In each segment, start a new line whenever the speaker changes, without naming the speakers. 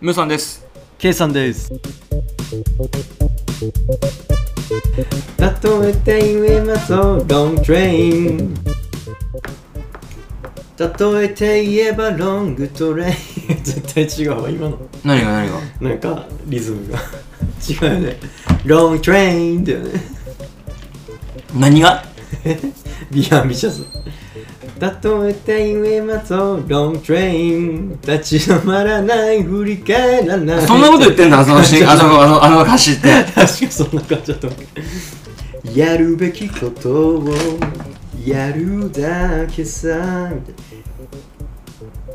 ムーさんです。
K さんです
まとめて言えますロングトレイン例えて言えばロングトレイン 絶対違うわ今の
何が何が
なんかリズムが 違うよねロングトレインだよね
何が
ビアンビシャス例えて言えますロングトレイン立ち止まらない振り返らない
そんなこと言ってん だ、あそのシーン、あそこ、あの、あの歌詞って。
確かそんな感じだと思うやるべきことをやるだけさ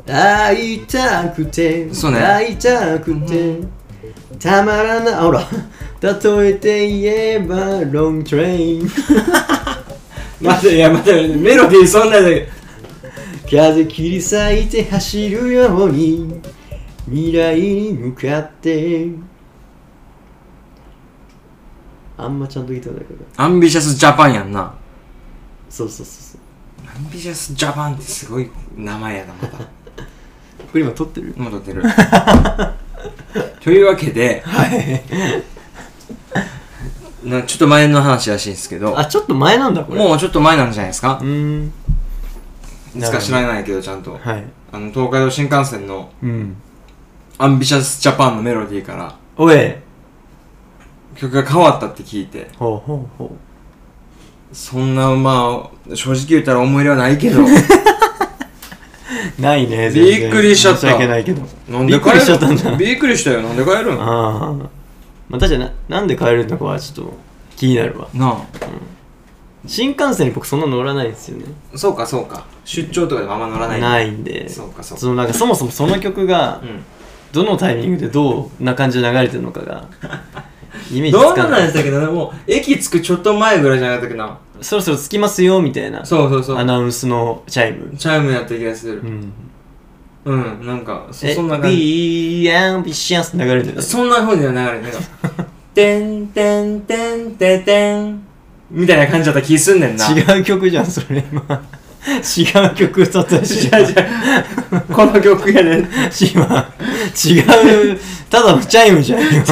会いたくて
そうね
会いたくてたまらないほら例えて言えばロングトレイン
待ていや待てメロディーそんなんで
風切り裂いて走るように未来に向かってあんまちゃんと言ってないけど
アンビシャスジャパンやんな。
そうそうそうそう
アンビシャスジャパンってすごい名前やな、また。
これ今撮ってる
戻ってる。 というわけで、
はい
なちょっと前の話らしいんですけど、
あちょっと前なんだこれ
もうちょっと前なんじゃないですか
うーん
いつか知らないけど、ちゃんと。
はい
あの、東海道新幹線の
うん
アンビシャスジャパンのメロディーから
おい
曲が変わったって聞いて、
ほうほうほ
そんな、まあ、正直言ったら思い入れはないけ ど、
うないね
びっくりしちゃった
申し訳ないけど
なんで
びっくりしちゃったん
帰る
だ
びっくりしたよ、なんで帰るんな
ああまあ確かにななんで帰るのかはちょっと気になるわ
あ。
新幹線に僕そんな乗らないんですよね
そうかそうか出張とかでもあんま乗らない
ないんで
そうかそうか
そのなんかそもそもその曲が
うん
どのタイミングでどんな感じで流れてるの かがイメージ
ど
つ
う
か
なん
ない
でしたっけどねもう駅着くちょっと前ぐらいじゃなかったっけな
そろそろ着きますよみたいな
そうそうそ
ア
う
ナウンスのチャイム
チャイムやった気がする
うん
うん、なんかそ
え
そんな感じ
Be ambitious 流れてる
そんな風には流 れてない「てんてんてんててん」みたいな感じだった気すんねんな
違う曲じゃんそれ今 違う曲歌ったし
違う違うこの曲やねん
今違うただのチャイムじゃん 今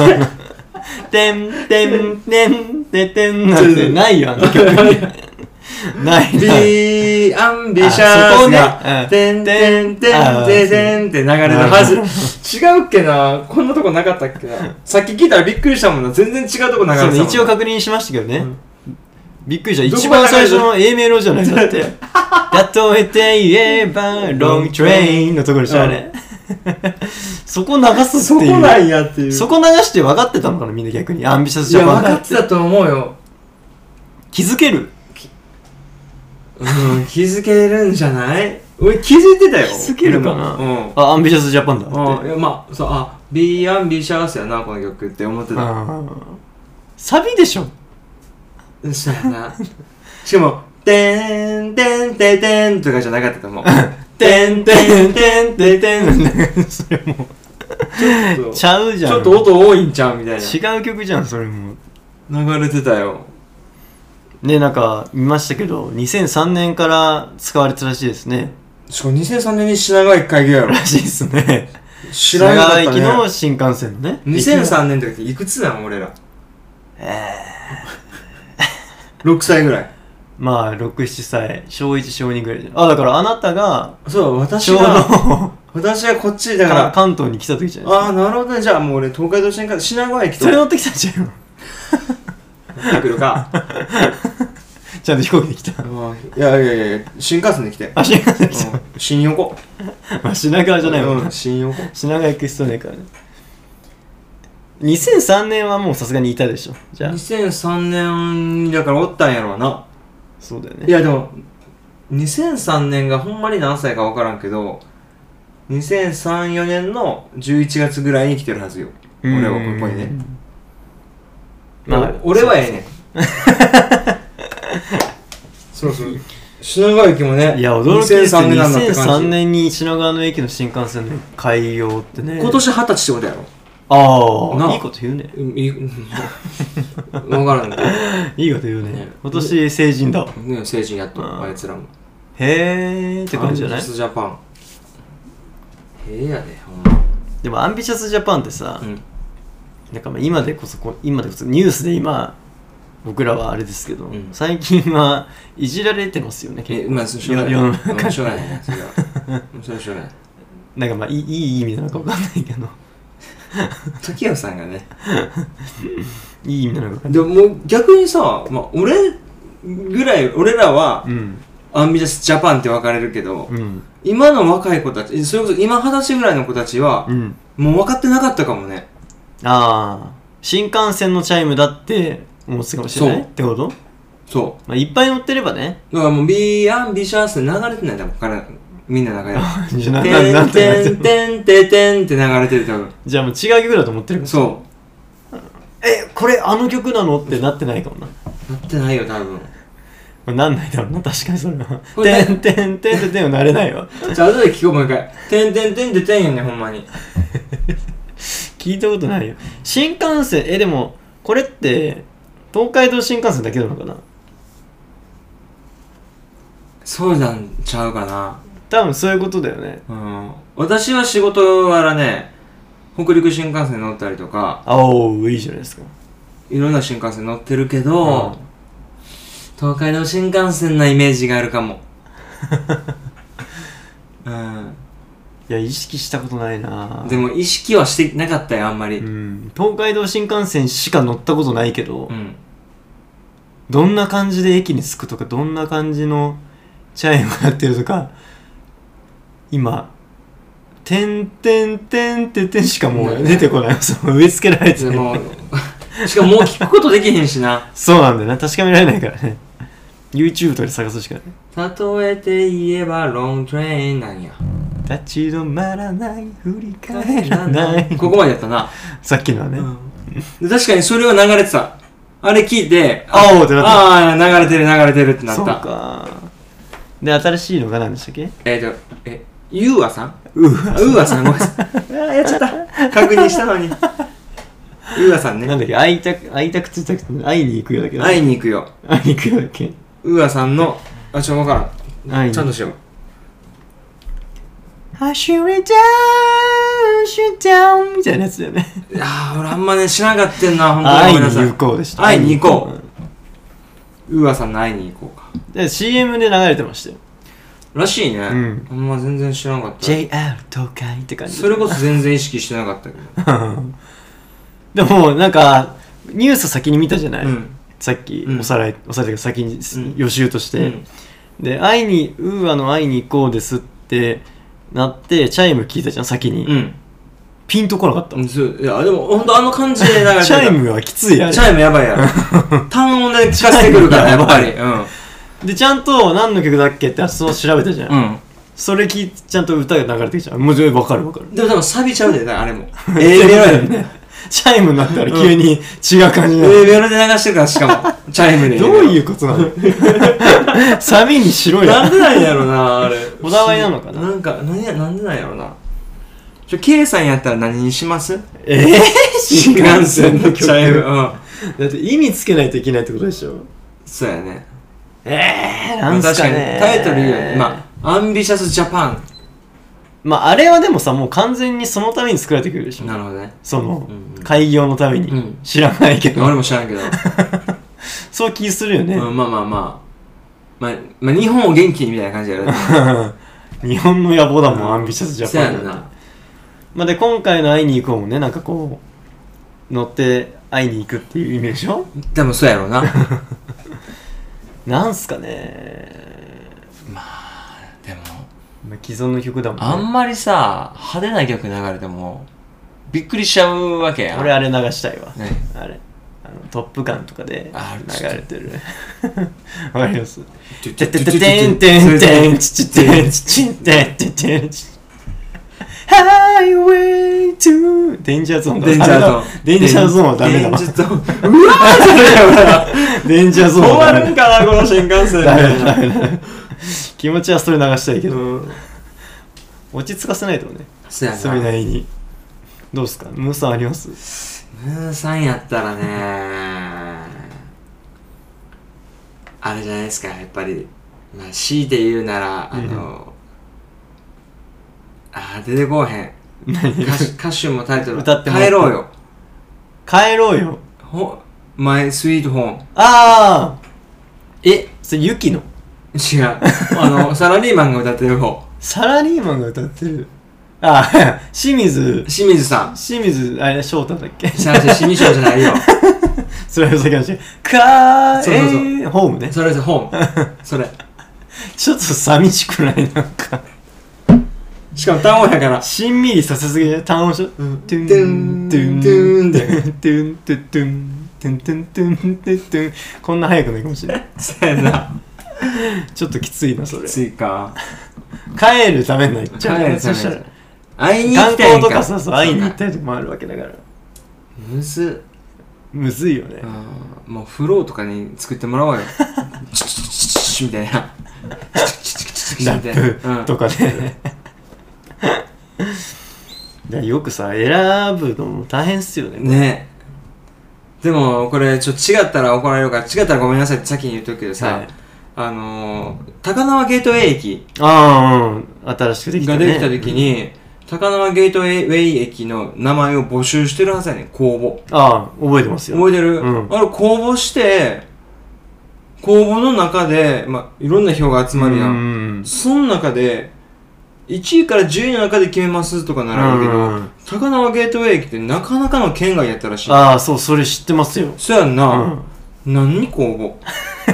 てんてんてんててんなんてないよあの 曲にないない
ビーアンビシャ
あ
ー
そこ
ズ
ね
が
う、ん
てんてんてんてんって流れるはず。違うっけなこんなとこなかったっけなさっき聞いたらびっくりしたもんな。全然違うとこ流れてた
そ
もん
の
な。
一応確認しましたけどね、びっくりした
どこ
一番最初の A メロじゃないだって例えて言えばロングトレインのところでしょあれ そこ流す
そ
っていう
こなんやっていう。
そ
こ
こ流して分かってたのかなみんな逆にアンビシャス
い
ジャ
や、
パ
分
ン
か
だ
っ
ってて
たと思うよ。
気づける
うん、気づけるんじゃない俺気づいてたよ。
気づけるかな
うん。
あアンビシャスジャパンだ
あ
っ
い
て
やまあ、そう、あ、ビーアンビシャーズやな、この曲って思ってた。
あサビで しょ
うん、そうやな。 しかも、てんてんてんてんとかじゃなかったと思う。
てんてんてんて んてんそれもうちゃうじゃん
ちょっと音多いんちゃうみたい
違う曲じゃんそれも
な流れてたよ
ねなんか見ましたけど2003年から使われてたらしいですね
しかも2003年に品川駅開業やろ
らしいですね
知らなかった
品川駅の
ね
新幹線のね
2003年とかっていくつなん俺らえー、6歳ぐらい
まあ67歳小1小2ぐらいじゃんあだからあなたが
そう私
ちょう
が
ど
私がこっ ちだか
から関東に来た時じゃないですか
ああなるほどねじゃあもう俺東海道新幹線品川駅と
それ乗ってきたんじゃん
乗ってくるか
ちゃんと飛行機で来た。
うんいやいやいやいや新幹線で来て、
あ、品川で来
うん新横
た。まあ、品川じゃないもん
う
な。
ん新横
品川行く必要ないからね。2003年はもうさすがにいたでしょ。じゃあ、
2003年だからおったんやろうな
そうだよ
い
ね。
やでも2003年がほんまに何歳か分からんけど2003,4年の11月ぐらいに来てるはずよ俺はここにね
ま
ま
あ
あ、俺はええねんそうそう品川駅もね
いや、驚きですよ。
2003年なんだって
2003
感じ
年に品川の駅の新幹線の開業ってね。
今年二十歳ってことやろ
あ
なあ
あ、いいこと言うね。
うんいい分からんけ
いいこと言うね
ね。
今年成人だわ。
どね成人やっと
あー
あいつらも
へーって感じじゃな
ア
い
ンジャパンへえやでほんま
でもアンビシャスジャパンってさ、
うん
なんかまあ今でこそこ今でこそニュースで今僕らはあれですけど、
うん
最近はいじられてますよね
え
結構
まあそれしょうがない
世の
う
中
んしょうがないねそれはうんそれはしょうがない
なんかまあいいいい意味なのか分かんないけど
時代さんがね
いい意味なのか分かんない
でももう逆にさ、まあ、俺ぐらい俺らは
うん
アンビジャスジャパンって分かれるけど、
うん
今の若い子たちそれこそ今二十歳ぐらいの子たちは
う、ん
もう分かってなかったかもね
ああ新幹線のチャイムだって思ってたかもしれない
そう
ってこと、
そ
まあ、いっぱい乗ってればね
うだからもう「ビーアンビシャス」流れてない多分からみん な流れ
じゃ あな
て
なんんて
てんてんてんてんって流れてる多分
じゃあもう違う曲だと思ってるから
そ
えこれあの曲なのってなってないかもな、ま
うなってないよ多分
あ、なんないだろうな確かにそれは「
これ
てんてんてんてんてん」はなれないわ
じゃあ後で聞こうもう一回「てんてんてんてんてん」よねほんまに
聞いたことないよ新幹線えでもこれって東海道新幹線だけなのかな
そうなんちゃうかな
多分そういうことだよね
うん私は仕事柄ね北陸新幹線乗ったりとか
あおういいじゃないですか
いろんな新幹線乗ってるけど、東海道新幹線なイメージがあるか もうん
いや意識したことないな
でも意識はしてなかったよあんまり
うん東海道新幹線しか乗ったことないけど、
うん
どんな感じで駅に着くとかどんな感じのチャイムが鳴ってるとか今「てんてんてんてんてん」しかもう出てこない そう植え付けられて
で
る
もしかももう聞くことできへんしな
そうなんだよな確かめられないからね YouTube とかで探すしかない
例えて言えばロングトレインなんや
立ち止まらない振り返らない
ここまでやったな、
さっきのはね、
で確かにそれは流れてたあれ聞いて
あおーってなった
ああ流れてる流れてるってなっ
そう
た
かで新しいのが何でしたっけ
えっ、ー、とえゆうあさん
う
あ
わ
うわさんごめんな さいあーやっちゃった確認したのにうわさん
な
ね
んだっけ会いたく会いたくついたくて会いに行くよだっけど
会いに行くよ
会いに行くよだっけ
うわさんのあちょっと分から
会い
ん
に
ちゃんとしよう
走れちゃうシュダウンみたいなやつだよね
いやー俺あんまねしなかったんな本当に
会い
ごめん
に
なさい
行こうでした
会いに行こううわさんの会いに行こうか
うんで CM で流れてましたよ
らしいね、
ん
あんま全然知らなかった
JR 東海って感じ
それこそ全然意識してなかったけど
でもなんかニュース先に見たじゃない、
うん
さっき
うん
おさらい、おさらいというか先にす
うん
予習として、
うん
で「会いにウーアの会いに行こうです」ってなってチャイム聞いたじゃん先に、
うん
ピンとこなかった、
うんそういやでも本当あの感じで流れてた
チャイムはきついや
チャイムやばいやろ単音で聞かせてくるからや
チャイム
っ
やば
ぱ
い
りうん
でちゃんと何の曲だっけってそう調べたじゃん、
うん
それ聞いてちゃんと歌が流れてきちゃうもうちょい分かる分かる
でも多分サビちゃうでなあれ も A メロやね
チャイムになったら急に違う感じになる、
A メロで流してるからしか もチャイムで
どういううことなの サビにしろよ
なんでなんやろなあれ
こだわりなのかな
なんかなんやなんでなんやろなちょ K さんやったら何にします
えー、
新幹線のチャイムうん
だって意味つけないといけないってことでしょ
そうやね
えー、なんすかね
確かにタイトル言うよねまあアンビシャスジャパン
まああれはでもさもう完全にそのために作られてくるでしょ
なるほどね
その、
うんうん
開業のために、
うん
知らないけど
俺も知らんけど、
そう気するよね、
うんまあまあまあまあ、まあ、日本を元気にみたいな感じやろ
日本の野望だもん、アンビシャスジャ
そうや
パン
んな
まあ、で今回の「会いに行こう」もねなんかこう乗って会いに行くっていう意味でしょ
でもそうやろうな
なんすかね、
でも
まあ、既存の曲だもんね
あんまりさ派手な曲流れてもびっくりしちゃうわけやん
俺あれ流したいわ、
ね
あれあの「トップガン」とかで
ああ
流れてるわかります
て
ててててんてんてんちちてんちちんてんてんてんちハイウェイトゥーデンジャーゾーンだ
デンジャーゾーン
デンジャーゾーンはダメだ
デン
わ
ジャーゾーンうわーそれやばい
デンジャーゾーン
終
は
わ
ダメ
るんかなこの新幹線み
ダメ
たい
だ
な
ダメだ気持ちはそれ流したいけど
うん
落ち着かせないとね
そうや
それ
な
なりにどうですかムーさんあります
ムーさんやったらねあれじゃないですかやっぱり、まあ、強いて言うならあの、あー出てこうへん
何
歌手歌手もタイトル
歌ってもらっ
帰
た
ろうよ
帰ろうよ
ほ My Sweet Home
ああえそれユキの
違うあ のサラリーマンが歌ってる方
サラリーマンが歌ってるあ あ清水
清水さん
清水あれ翔太だっけ
幸せ清水翔じゃないよ
それは先ましか
そうそうそう
えー、ホームね
それですホームそれ
ちょっと寂しくないなんか
しかも単音や から
しんみりさせすぎじゃない単音しょトゥン
トゥン
トゥン
トゥン
トゥントゥントゥントゥントゥントゥントゥントゥントゥントゥンこんな早くないかもしれない
そやな
ちょっときついなそ れ
ついか
帰るためになっちゃう
帰るために
そしたら
会いに行
観
きたい
光
ん
と
か
かさそう会いに行ったりとかもあるわけだから
むずっ
むずいよね
あーもうフローとかに作ってもらおうよチュチュチュチュチュみたいなチュチュチュチュチュ
ラ
みたいな
ップとかねだからよくさ選ぶのも大変っすよ
う
ね
んねでもこれちょっと違ったら怒られるから違ったらごめんなさいって先に言っとくけどさ、
はい
あのー、高輪ゲートウェイ駅
ああ新しくできた
が
ね
できた時に、高輪ゲートウェイ駅の名前を募集してるはずやねん公募
ああ覚えてますよ
覚えてる、
うん
あれ公募して公募の中で、まあ、いろんな票が集まるや
うんん
その中で1位から10位の中で決めますとかならいいけど、
うん
高輪ゲートウェイ駅ってなかなかの県外やったらしい
ああそうそれ知ってますよ、
そやん
う
な、
ん、
何公募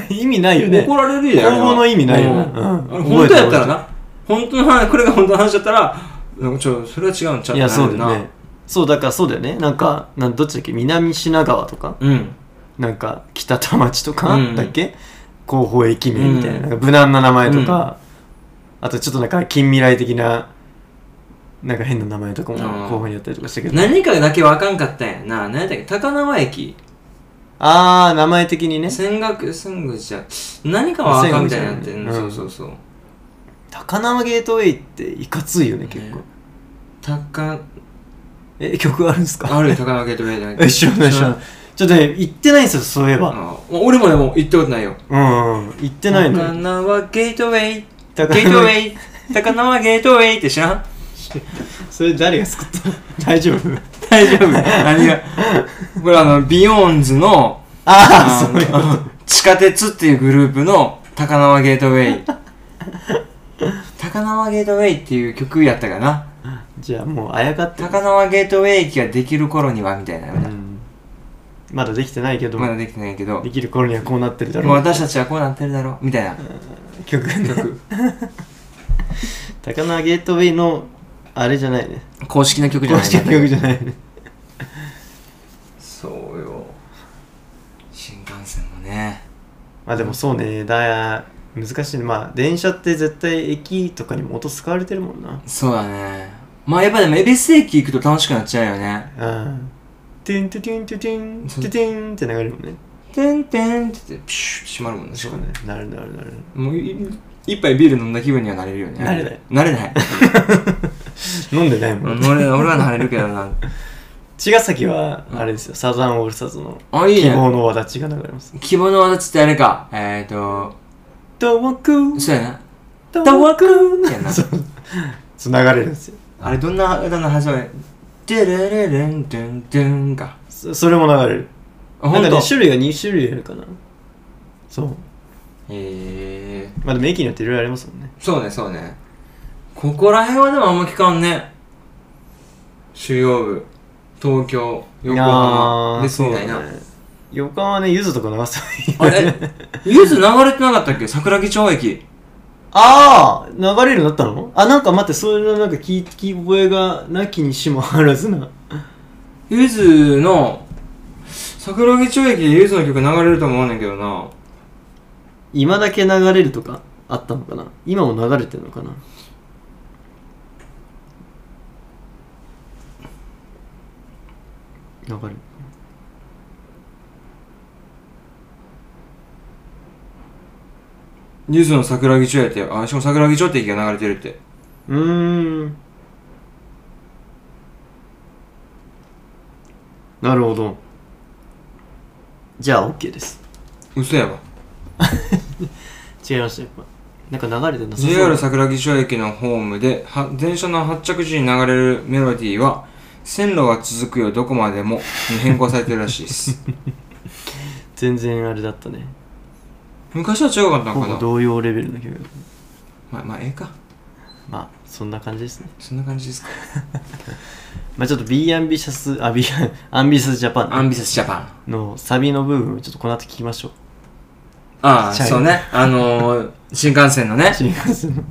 意味ないよね
怒られるやん
今後の意味ないよね
うん
うん
本当やったらな本当の話これが本当の話だったらなんかちょそれは違うんちゃう
い
い
やそうだ
な
よねそうだからそうだよねなんかなんどっちだっけ南品川とか
うん
なんか北田町とか、
うん
だっけ広報駅名みたいな,、
うん
なんか無難な名前とか、あとちょっとなんか近未来的ななんか変な名前とかも
うん
候補にあったりとかしたけど、
何かだけわかんかったんやな何やったっけ高輪駅
ああ名前的にね
千岳千口じゃ何かはわかんみたいになってん
千口じゃ
そ
ない
うそうそう
高輪ゲートウェイっていかついよね結構、
ね高
え曲あるんすか
あるよ高輪ゲートウェイじゃない
え知らない知らないちょっとね行ってないんですよそういえば、
あ俺もでも行ったことないよ
うん、行ってないの
高
よ。
輪ゲートウェイゲ
だ
ー
から
トウェイ高輪ゲートウェイって知らん
それ誰が作ったの 大丈夫
大 丈夫何がこれあのビヨーンズの
ああ、
あ
そういうこと。
の地下鉄っていうグループの高輪ゲートウェイ高輪ゲートウェイっていう曲やったかな
じゃあもうあやかってる
高輪ゲートウェイ駅ができる頃にはみたいな、
うんまだできてないけど、
まだできてないけど
できる頃にはこうなってるだ
もう
ろう。
私たちはこうなってるだろうみたいな
曲ね。
曲
高輪ゲートウェイの、あれじゃないね。
公式の曲じゃ
公
ない
式の曲じゃないね。
そうよ新幹線もね
まあでもそうね、だ難しいね。まあ電車って絶対駅とかにも音使われてるもんな。
そうだねまあやっぱでも恵比寿駅行くと楽しくなっちゃうよね
うん。てんててんててん
そう
ててんって流れるもんね。
てんてんって言ってピシュッて閉まるもんね
そうね。なるなるなる。
もうい一杯ビール飲んだ気分にはなれるよね
なれない
なれない
飲んでないもん
俺俺はなれるけど な
茅ヶ崎は
うん
あれですよ、サザンオールスターズの
あいい
希望
ね
の輪立ちが流れます
希望の輪立ちってあれかえっ、ー、と
遠く
そうやな
遠く
やな
そうそう流れるんですよ
あれどんな歌の始まりデレレレンデンデンか
そそれも流れる
あ
な
ほ
ん
ん
か
と
ね種類が2種類あるかなそう
えー、
まあでも駅によっていろいろありますもんね
そうねそうねここら辺はでもあんま聞かんね主要部東京横浜
いやー
ですみたい
そ
な、
うだね横浜はねゆずとか流す
あれゆず流れてなかったっけ桜木町駅
ああ流れるようになったのあなんか待ってそれのなんか聞き聞き覚えがなきにしもあらずな
ゆずの桜木町駅でゆずの曲流れると思うねんけどな
今だけ流れるとかあったのかな今も流れてるのかな流れる
ゆずの桜木町やってあしかも桜木町って駅が流れてるって
うーんなるほどじゃあ OK です
嘘やわ
違いましたやっぱなんか流れてなさそう
JR 桜木町駅のホームでは電車の発着時に流れるメロディーは線路は続くよどこまでもに変更されてるらしいです
全然あれだったね
昔は違かった
ほ
のか
ぼ
な
同様レベルの曲だった
まあまあええか
まあそんな感じですね
そんな感じですか
まあちょっと B アンビシャスあ B アンビシャスジャパンね
アンビシャスジャパン
のサビの部分をちょっとこの後聞きましょう
ああ
ちっちゃい
そうねあのー、新幹線のねち
新幹線の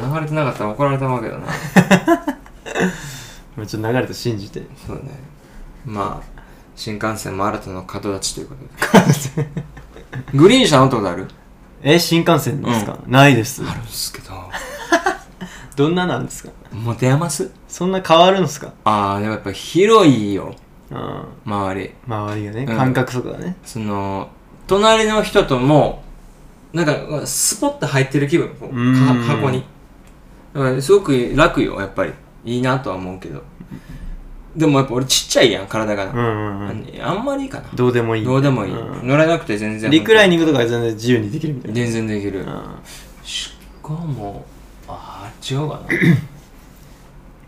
ょっと流れてなかったら怒られたわけだな
まあちょっと流れと信じて
そうねまあ新幹線も新たな門立ちということ でグリーン車乗ったことある
え新幹線ですか、ないです
るんですけど
どんななんですか
持て余す
そんな変わるんですか
ああでもやっぱ広いよ
うん
周り
周りがね
うん
感覚とかね、
その隣の人ともなんかスポッと入ってる気分こう
うん
か箱にだからすごく楽よやっぱりいいなとは思うけどでもやっぱ俺ちっちゃいやん体が
う
な、
ん、うんうん
あんまりいいかな
どうでもいい
どうでもいい、
うん
乗らなくて全然
リクライニングとかは全然自由にできるみたいな
全然できる、
うん
しかもああ違うか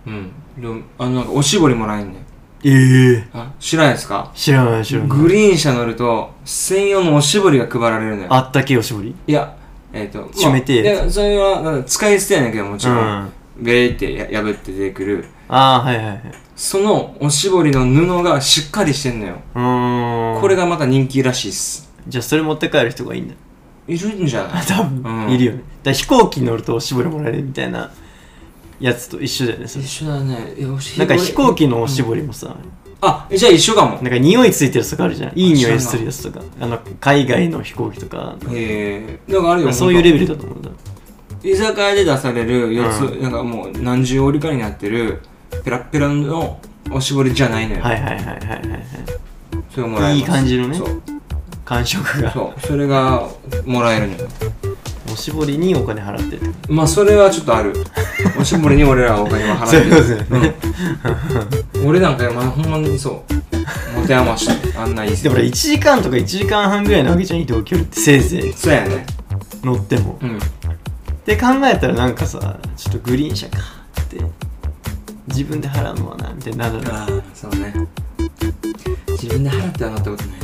なうんでもあのなんかおしぼりもないんだよ
ええ
あ知らないですか
知らない知らない
グリーン車乗ると専用のおしぼりが配られるのよ
あったけえおしぼり
いやえっ、とまあ
締めてえやつ
いやそれはなんか使い捨てやねんけどもちろ、
うんん
ベーってや破って出てくる
ああはいはいはいう
そのおしぼりの布がしっかりしてんのよ、
ーん
これがまた人気らしいっす
じゃあそれ持って帰る人がいいんだ
いるんじ ゃな
あ
い
多分、
うん
いるよねだから飛行機に乗るとおしぼりもらえるみたいなやつと一緒だよねそれ
一緒だねいやおし
なんか飛行機のおし
り、
ぼりもさ、
うんあじゃあ一緒かも
なんか匂いついてるやつとかあるじゃんいい匂いするやつとかあの海外の飛行機とか
ええなんかあるよ
そういうレベルだと思うんだ
居酒屋で出される四つ、
う
なんかもう何重折りかになってるペラッペラのおしぼりじゃないのよ、
はいはいはいはいはいはい
それをもらえます
いい感じのね
そう
感触が
そうそれがもらえるのよ
おしぼりにお金払ってる
まあそれはちょっとあ るおしぼりに俺らはお金は払ってる
そういうことだよね
うん俺なんかまあほんまにそう持て余してあんないい
でも俺1時間とか1時間半ぐらいなわけじゃん移動距離ってせいぜい
そうやね
乗っても
うん
って考えたらなんかさちょっとグリーン車かって自分で払うのはなみたいになる
あ
な
あそうね自分で払ってはなったことな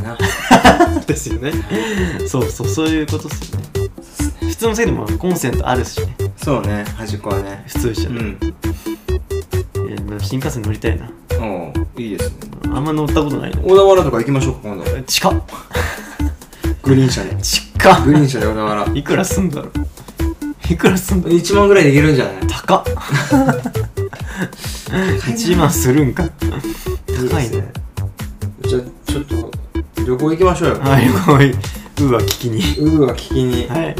いな
ですよね そうそうそういうことっすよね普通のせいでもコンセントあるしね
そうね端っこはね
普通車
う
で、
ん
いやでも新幹線乗りたいな
おういいですね
あんま乗ったことないの
小田原とか行きましょうか今度
近 っ
グリーン車で
近っ
グリーン車で小田原
いくらすんだろいくらすんだろ
1万ぐらいでいけるんじゃない
高 っ1万するんか高いね
じゃあちょっと旅行行きましょうよ
はいこういううわ聞きに
うーは聞きにわか
はい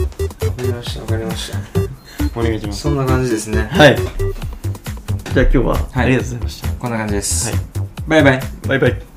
りましたわかりました
お願いします
そんな感じですね
はいじゃあ今日はありがとうございました、
こんな感じです
はい
バイバイ
バイバイ